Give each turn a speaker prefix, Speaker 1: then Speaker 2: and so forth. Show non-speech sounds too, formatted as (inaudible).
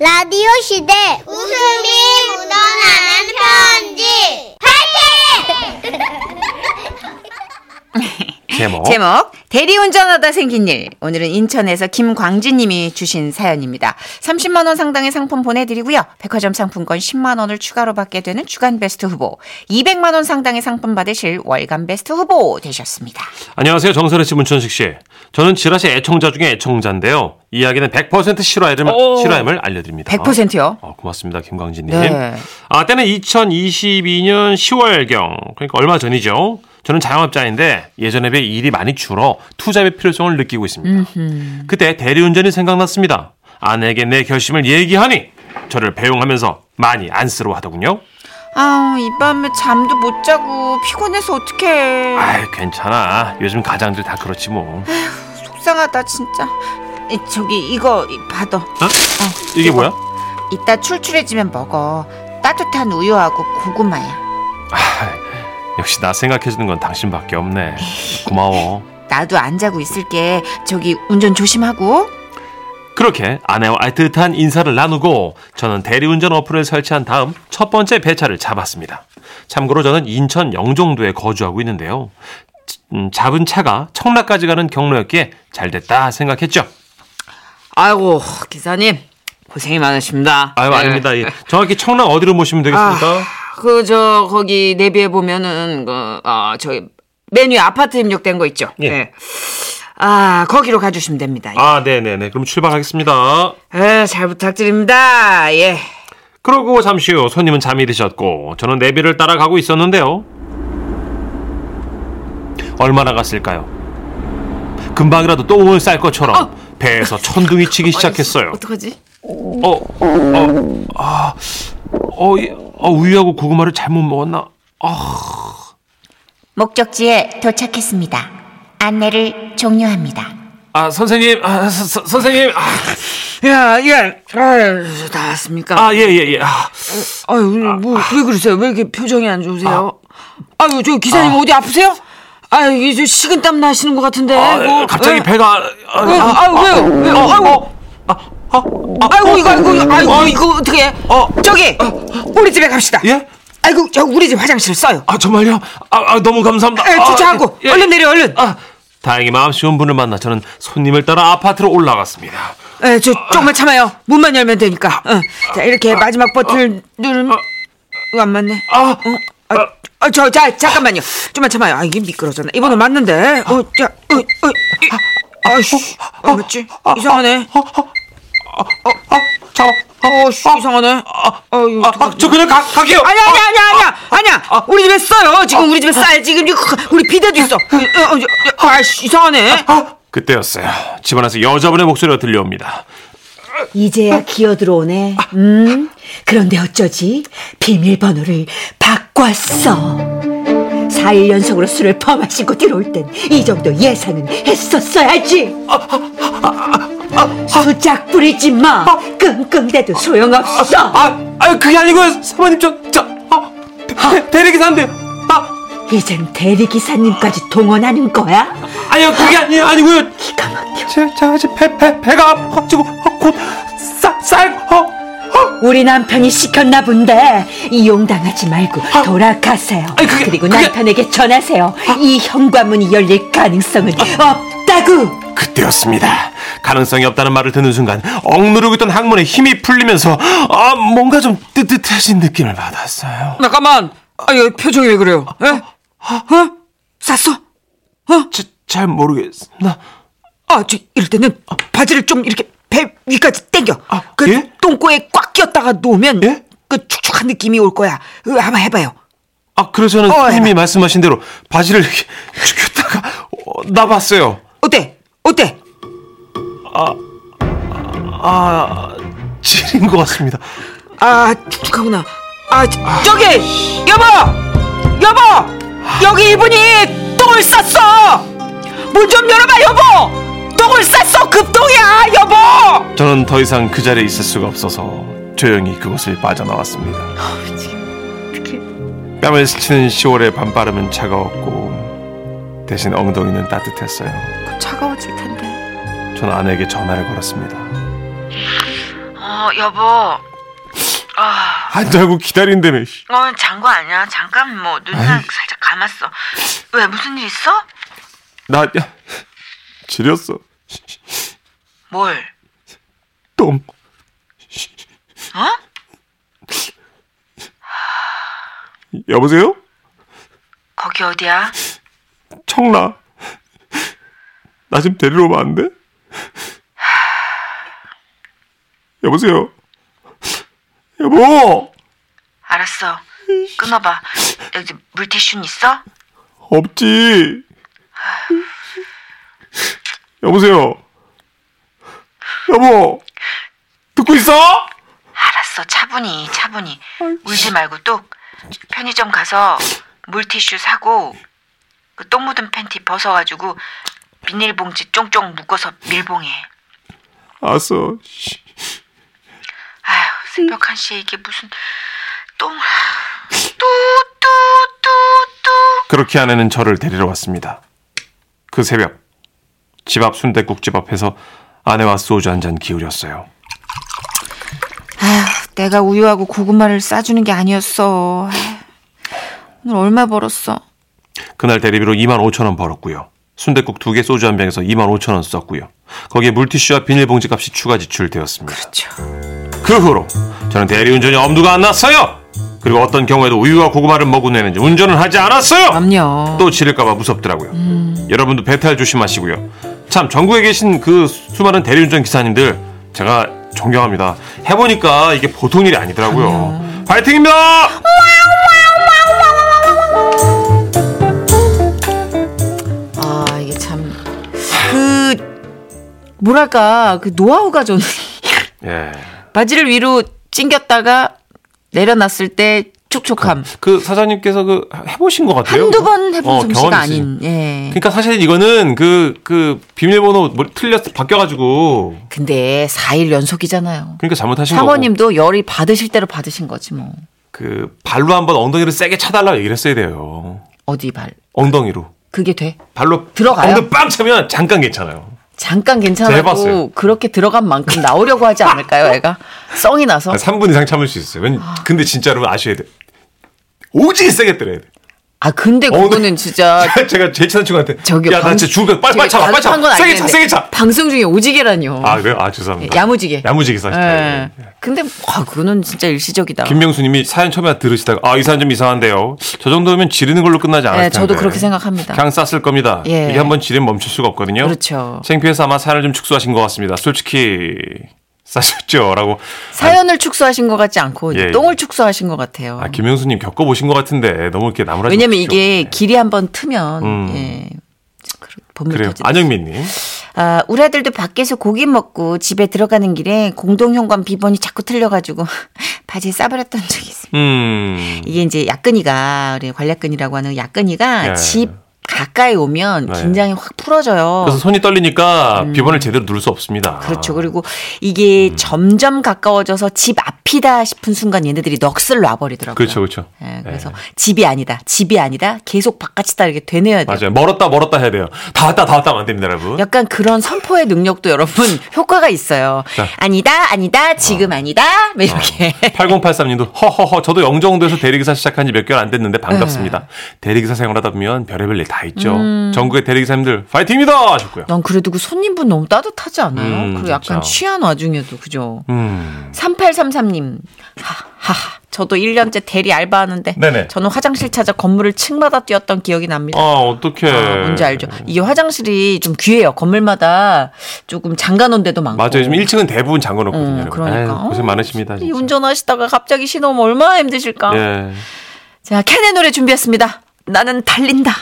Speaker 1: 라디오 시대 웃음이 묻어나는 편지
Speaker 2: 어?
Speaker 3: 제목.
Speaker 2: 제목 대리운전하다 생긴 일 오늘은 인천에서 김광진님이 주신 사연입니다. 30만 원 상당의 상품 보내드리고요. 백화점 상품권 10만 원을 추가로 받게 되는 주간 베스트 후보, 200만 원 상당의 상품 받으실 월간 베스트 후보 되셨습니다.
Speaker 3: 안녕하세요. 정선혜 씨, 문천식 씨. 저는 지라시 애청자 중에 애청자인데요. 이 이야기는 100% 실화임을, 실화임을 알려드립니다.
Speaker 2: 100%요.
Speaker 3: 어, 고맙습니다. 김광진님.
Speaker 2: 네.
Speaker 3: 아, 때는 2022년 10월경. 그러니까 얼마 전이죠. 저는 자영업자인데 예전에 비해 일이 많이 줄어 투잡의 필요성을 느끼고 있습니다. 그때 대리운전이 생각났습니다. 아내에게 내 결심을 얘기하니 저를 배웅하면서 많이 안쓰러워하더군요.
Speaker 2: 아, 이 밤에 잠도 못 자고 피곤해서 어떡해.
Speaker 3: 아이, 괜찮아. 요즘 가장들 다 그렇지 뭐.
Speaker 2: 속상하다 진짜. 이, 저기 이거 받아.
Speaker 3: 어? 이게 뭐야?
Speaker 2: 이따 출출해지면 먹어. 따뜻한 우유하고 고구마야.
Speaker 3: 역시 나 생각해주는 건 당신밖에 없네. 고마워.
Speaker 2: 나도 안 자고 있을게. 저기 운전 조심하고.
Speaker 3: 그렇게 아내와 알뜻한 인사를 나누고 저는 대리운전 어플을 설치한 다음 첫 번째 배차를 잡았습니다. 참고로 저는 인천 영종도에 거주하고 있는데요. 음, 잡은 차가 청라까지 가는 경로였기에 잘 됐다 생각했죠.
Speaker 2: 아이고 기사님 고생이 많으십니다. 네.
Speaker 3: 아유, 아닙니다. 예. 정확히 청라 어디로 모시면 되겠습니까?
Speaker 2: 그저 거기 내비에 보면은 그어 아, 저기 메뉴 아파트 입력된 거 있죠. 네.
Speaker 3: 예.
Speaker 2: 아 거기로 가주시면 됩니다.
Speaker 3: 아, 네네네. 그럼 출발하겠습니다.
Speaker 2: 예, 잘 부탁드립니다. 예.
Speaker 3: 그러고 잠시 후 손님은 잠이 드셨고 저는 내비를 따라가고 있었는데요. 얼마나 갔을까요? 금방이라도 똥을 쌀 것처럼 배에서 천둥이 치기 시작했어요.
Speaker 2: 어떡하지?
Speaker 3: 어, 어, 아, 어, 이- 어, 우유하고 고구마를 잘못 먹었나? 아.
Speaker 4: 목적지에 도착했습니다. 안내를 종료합니다.
Speaker 3: 아, 선생님, 아, 서- 서- 선생님, 아,
Speaker 2: 야, 예. 아유, 다 왔습니까?
Speaker 3: 아, 예, 예, 예. 아,
Speaker 2: 아유, 뭐, 왜 그러세요? 왜 이렇게 표정이 안 좋으세요? 아, 유저 기사님 어디 아프세요? 아유, 이게 저 식은땀 나시는 것 같은데.
Speaker 3: 아,
Speaker 2: 아이고.
Speaker 3: 갑자기
Speaker 2: 예.
Speaker 3: 배가, 아,
Speaker 2: 왜,
Speaker 3: 아,
Speaker 2: 아유, 왜요? 왜요?
Speaker 3: 어,
Speaker 2: 아이고.
Speaker 3: 어, 아, 아, 아,
Speaker 2: 아이고, 이거, 아이고, 이거, 아이고,
Speaker 3: 어,
Speaker 2: 이거 어떻게 해?
Speaker 3: 어.
Speaker 2: 저기, 우리 집에 갑시다.
Speaker 3: 예?
Speaker 2: 아이고, 저 우리 집 화장실 써요.
Speaker 3: 아, 정말요? 아, 아, 너무 감사합니다.
Speaker 2: 예,
Speaker 3: 아,
Speaker 2: 주차하고,
Speaker 3: 예, 예.
Speaker 2: 얼른 내려, 얼른.
Speaker 3: 아, 다행히 마음 쉬운 분을 만나 저는 손님을 따라 아파트로 올라갔습니다.
Speaker 2: 예, 저 조금만 참아요. 문만 열면 되니까. 응. 자, 이렇게 마지막 버튼을
Speaker 3: 어.
Speaker 2: 누르면. 이거 안 맞네.
Speaker 3: 아,
Speaker 2: 어, 아, 아, 저, 자, 잠깐만요. 좀만 참아요. 아, 이게 미끄러졌나. 이번엔 맞는데. 어, 자, 어, 어, 이, 아이씨. 아, 맞지? 이상하네.
Speaker 3: 아, 잠깐.
Speaker 2: 어, 씨, 이상하네. 아, 아유,
Speaker 3: 아, 아, 저 그냥 가, 갈게요.
Speaker 2: 아니야, 아니야, 아니야, 아니야, 아니야. 우리 집에 써요.
Speaker 3: 아.
Speaker 2: 지금 우리 집에 쌀. 지금 이거 우리 비대도 있어. 어, 어, 저, 아이씨, 이상하네.
Speaker 3: 아, 그때였어요. 집안에서 여자분의 목소리가 들려옵니다.
Speaker 5: 이제야 기어 들어오네.
Speaker 3: 아.
Speaker 5: 음. 그런데 어쩌지? 비밀번호를 바꿨어. 4일 연속으로 술을 퍼마시고 들어올 땐 이 정도 예상은 했었어야지.
Speaker 3: 아,
Speaker 5: 수작 부리지 마. 끙끙대도 소용없어.
Speaker 3: 아, 아, 그게 아니고요. 사모님, 저, 저, 아, 대리기사인데요. 아,
Speaker 5: 이젠 대리기사님까지 동원하는 거야?
Speaker 3: 아니요, 그게 아니, 아니고요.
Speaker 5: 기가 막혀.
Speaker 3: 제, 제가 지금 배, 배, 배가 아파가지고, 아, 곧, 쌀, 쌀, 어, 어.
Speaker 5: 우리 남편이 시켰나 본데 이용당하지 말고 돌아가세요.
Speaker 3: 아니, 그게-
Speaker 5: 리고
Speaker 3: 그게- 아.
Speaker 5: 남편에게 전하세요. 이 현관문이 열릴 가능성은 없다고.
Speaker 3: 그때였습니다. 가능성이 없다는 말을 듣는 순간 억누르고 있던 항문에 힘이 풀리면서 아 뭔가 좀 뜨뜻해진 느낌을 받았어요.
Speaker 2: 잠깐만. 아, 이 표정이 왜 그래요? 예? 어? 쌌어?
Speaker 3: 자, 잘 모르겠습니다.
Speaker 2: 아, 저 이럴 때는 바지를 좀 이렇게 배 위까지 당겨.
Speaker 3: 아,
Speaker 2: 그
Speaker 3: 예?
Speaker 2: 똥꼬에 꽉 끼었다가 놓으면
Speaker 3: 예?
Speaker 2: 그 축축한 느낌이 올 거야. 그 한번 해봐요.
Speaker 3: 아 그래서 저는
Speaker 2: 어,
Speaker 3: 선생님이 말씀하신 대로 바지를 이렇게 죽였다가 어, 나봤어요.
Speaker 2: 어때? 어때?
Speaker 3: 아 찔린 것 같습니다.
Speaker 2: 아 축축하구나 아 저, 저기 여보 여보 여기 이분이 똥을 쌌어 문 좀 열어봐 여보 똥을 쌌어 급똥이야 여보
Speaker 3: 저는 더 이상 그 자리에 있을 수가 없어서 조용히 그곳을 빠져나왔습니다. 땀을 스치는 10월의 밤바람은 차가웠고 대신 엉덩이는 따뜻했어요.
Speaker 2: 그 차가워질 텐데
Speaker 3: 전 아내에게 전화를 걸었습니다.
Speaker 2: 어, 여보. 아,
Speaker 3: 한달고 기다린다며. 씨.
Speaker 2: 어, 잔거 아니야. 잠깐 뭐 눈상 살짝 감았어. 왜 무슨 일 있어?
Speaker 3: 나 야, 지렸어.
Speaker 2: 뭘?
Speaker 3: 똥.
Speaker 2: 어?
Speaker 3: 여보세요?
Speaker 2: 아. 거기 어디야?
Speaker 3: 청라. 나 좀 데리러 오면 안 돼? 여보세요? 여보!
Speaker 2: 알았어. 끊어봐. 여기 물티슈 있어?
Speaker 3: 없지. 여보세요? 여보! 듣고 있어?
Speaker 2: 알았어. 차분히, 차분히. 울지 말고 또 편의점 가서 물티슈 사고 그 똥 묻은 팬티 벗어가지고 비닐봉지 쫑쫑 묶어서 밀봉해.
Speaker 3: 알았어. 씨.
Speaker 2: 아휴 새벽 1시에 이게 무슨 똥... 뚜뚜뚜뚜
Speaker 3: 그렇게 아내는 저를 데리러 왔습니다. 그 새벽 집 앞 순대국집 앞에서 아내와 소주 한 잔 기울였어요.
Speaker 2: 아휴 내가 우유하고 고구마를 싸주는 게 아니었어. 아휴, 오늘 얼마 벌었어?
Speaker 3: 그날 대리비로 2만 5천 원 벌었고요. 순대국 두 개 소주 한 병에서 2만 5천 원 썼고요. 거기에 물티슈와 비닐봉지 값이 추가 지출되었습니다.
Speaker 2: 그렇죠.
Speaker 3: 그 후로 저는 대리운전이 엄두가 안 났어요. 그리고 어떤 경우에도 우유와 고구마를 먹은 내는지 운전을 하지
Speaker 2: 아,
Speaker 3: 않았어요.
Speaker 2: 뭐. 그럼요.
Speaker 3: 또 지를까봐 무섭더라고요.
Speaker 2: 음.
Speaker 3: 여러분도 배탈 조심하시고요. 참 전국에 계신 그 수많은 대리운전 기사님들 제가 존경합니다. 해보니까 이게 보통 일이
Speaker 2: 음.
Speaker 3: 아니더라고요. 파이팅입니다.
Speaker 2: 어. 아 이게 참 그 뭐랄까 그 노하우가 저는
Speaker 3: 예.
Speaker 2: (laughs) 바지를 위로 찡겼다가 내려놨을 때 촉촉함
Speaker 3: 그 사장님께서 그 해보신 것 같아요.
Speaker 2: 한두
Speaker 3: 그거?
Speaker 2: 번 해본
Speaker 3: 어,
Speaker 2: 솜씨가
Speaker 3: 경험이 있으신-
Speaker 2: 아닌 예.
Speaker 3: 그러니까 사실 이거는 그, 그, 비밀번호 뭐 틀렸, 바뀌어가지고.
Speaker 2: 근데 4일 연속이잖아요.
Speaker 3: 그러니까 잘못하신 거고.
Speaker 2: 사모님도 열이 받으실 대로 받으신 거지 뭐.
Speaker 3: 그, 발로 한번 엉덩이를 세게 차달라고 얘기를 했어야 돼요.
Speaker 2: 어디 발.
Speaker 3: 엉덩이로.
Speaker 2: 그게 돼.
Speaker 3: 발로.
Speaker 2: 들어가요?
Speaker 3: 엉덩이 빵 차면 잠깐 괜찮아요.
Speaker 2: 잠깐
Speaker 3: 저 네, 해봤어요.
Speaker 2: 괜찮아도 그렇게 들어간 만큼 나오려고 하지 않을까요, 애가? 썽이 나서.
Speaker 3: 3분 이상 참을 수 있어요. 왠- 근데 진짜로 아셔야 돼. 오지게 세게 때려야 돼.
Speaker 2: 아 근데
Speaker 3: 어,
Speaker 2: 그거는 진짜
Speaker 3: (laughs) 제가 제일 친한 친구한테.
Speaker 2: 아, 저기
Speaker 3: 야, 나 진짜 죽을 거야. 빨리, 빨리 차, 빨리 차. 세게 차, 세게 차.
Speaker 2: 방송 중에 오지게라뇨.
Speaker 3: 아, 그래요? 아, 죄송합니다.
Speaker 2: 야무지게.
Speaker 3: 야무지게 사실.
Speaker 2: 예. 근데 와 그거는 진짜 일시적이다.
Speaker 3: 김명수님이 사연 처음에 들으시다가 아 이 사연 좀 이상한데요. 저 정도면 지르는 걸로 끝나지 않을
Speaker 2: 예,
Speaker 3: 텐데.
Speaker 2: 저도 그렇게 생각합니다.
Speaker 3: 그냥 쌌을 겁니다.
Speaker 2: 예.
Speaker 3: 이게 한번 지르면 멈출 수가 없거든요.
Speaker 2: 그렇죠.
Speaker 3: 창피해서 아마 사연을 좀 축소하신 것 같습니다. 솔직히 싸셨죠라고.
Speaker 2: 사연을 축소하신 것 같지 않고 이제
Speaker 3: 예, 예.
Speaker 2: 똥을 축소하신 것 같아요.
Speaker 3: 아, 아, 김명수님 겪어보신 것 같은데 너무 이렇게 나무라지.
Speaker 2: 왜냐면
Speaker 3: 마십시오.
Speaker 2: 이게 길이 한번 트면
Speaker 3: 음.
Speaker 2: 예.
Speaker 3: 그래요.
Speaker 2: 범물터지.
Speaker 3: 안영민님.
Speaker 4: 아, 우리 아들도 밖에서 고기 먹고 집에 들어가는 길에 공동현관 비번이 자꾸 틀려가지고 (laughs) 바지에 싸버렸던 적이 있습니다.
Speaker 3: 음.
Speaker 4: 이게 이제 약근이가 우리 관략근이라고 하는 약근이가
Speaker 3: 예.
Speaker 4: 집 가까이 오면
Speaker 3: 네.
Speaker 4: 긴장이 확 풀어져요.
Speaker 3: 그래서 손이 떨리니까
Speaker 2: 음.
Speaker 3: 비번을 제대로 누를 수 없습니다.
Speaker 4: 그렇죠. 그리고
Speaker 3: 음.
Speaker 4: 이게 점점 가까워져서 집 앞이다 싶은 순간 얘네들이 넋을 놔버리더라고요.
Speaker 3: 그렇죠, 그렇죠.
Speaker 4: 예, 그래서 집이 아니다, 집이 아니다, 계속 바깥이다 이렇게 되뇌어야 돼요.
Speaker 3: 맞아요. 멀었다 멀었다 해야 돼요. 다 왔다 다 왔다 하면 안 됩니다, 여러분.
Speaker 4: 약간 그런 선포의 능력도
Speaker 2: (laughs)
Speaker 4: 여러분 효과가 있어요.
Speaker 3: 자. 어.
Speaker 4: 아니다, 아니다, 지금 아니다, 막 이렇게.
Speaker 3: 8083님도 허허허 저도 영종도에서 대리기사 시작한 지 몇 개월 안 됐는데
Speaker 2: 네.
Speaker 3: 반갑습니다. 대리기사 생활하다 보면 별의별 일 다 있죠.
Speaker 2: 음.
Speaker 3: 전국의 대리기사님들 파이팅입니다 하셨고요.
Speaker 2: (laughs) 난 그래도 그 손님분 너무 따뜻하지 않아요?
Speaker 3: 음,
Speaker 2: 그리고
Speaker 3: 진짜.
Speaker 2: 약간 취한 와중에도 그죠?
Speaker 3: 음.
Speaker 2: 3833님. 하하. 저도 1년째 대리 알바하는데
Speaker 3: 네네.
Speaker 2: 저는 화장실 찾아 건물을 층마다 뛰었던 기억이 납니다.
Speaker 3: 아 어떡해.
Speaker 2: 아, 뭔지 알죠? 이게 화장실이 좀 귀해요. 건물마다 조금 잠가놓은 데도 많고.
Speaker 3: 맞아요. 지금 1층은 대부분 잠궈놓거든요.
Speaker 2: 어,
Speaker 3: 여러분.
Speaker 2: 그러니까.
Speaker 3: 아유, 고생 많으십니다.
Speaker 2: 이
Speaker 3: 진짜.
Speaker 2: 운전하시다가 갑자기 신호 오면 얼마나 힘드실까?
Speaker 3: 예.
Speaker 2: 자, 캔의 노래 준비했습니다. 나는 달린다.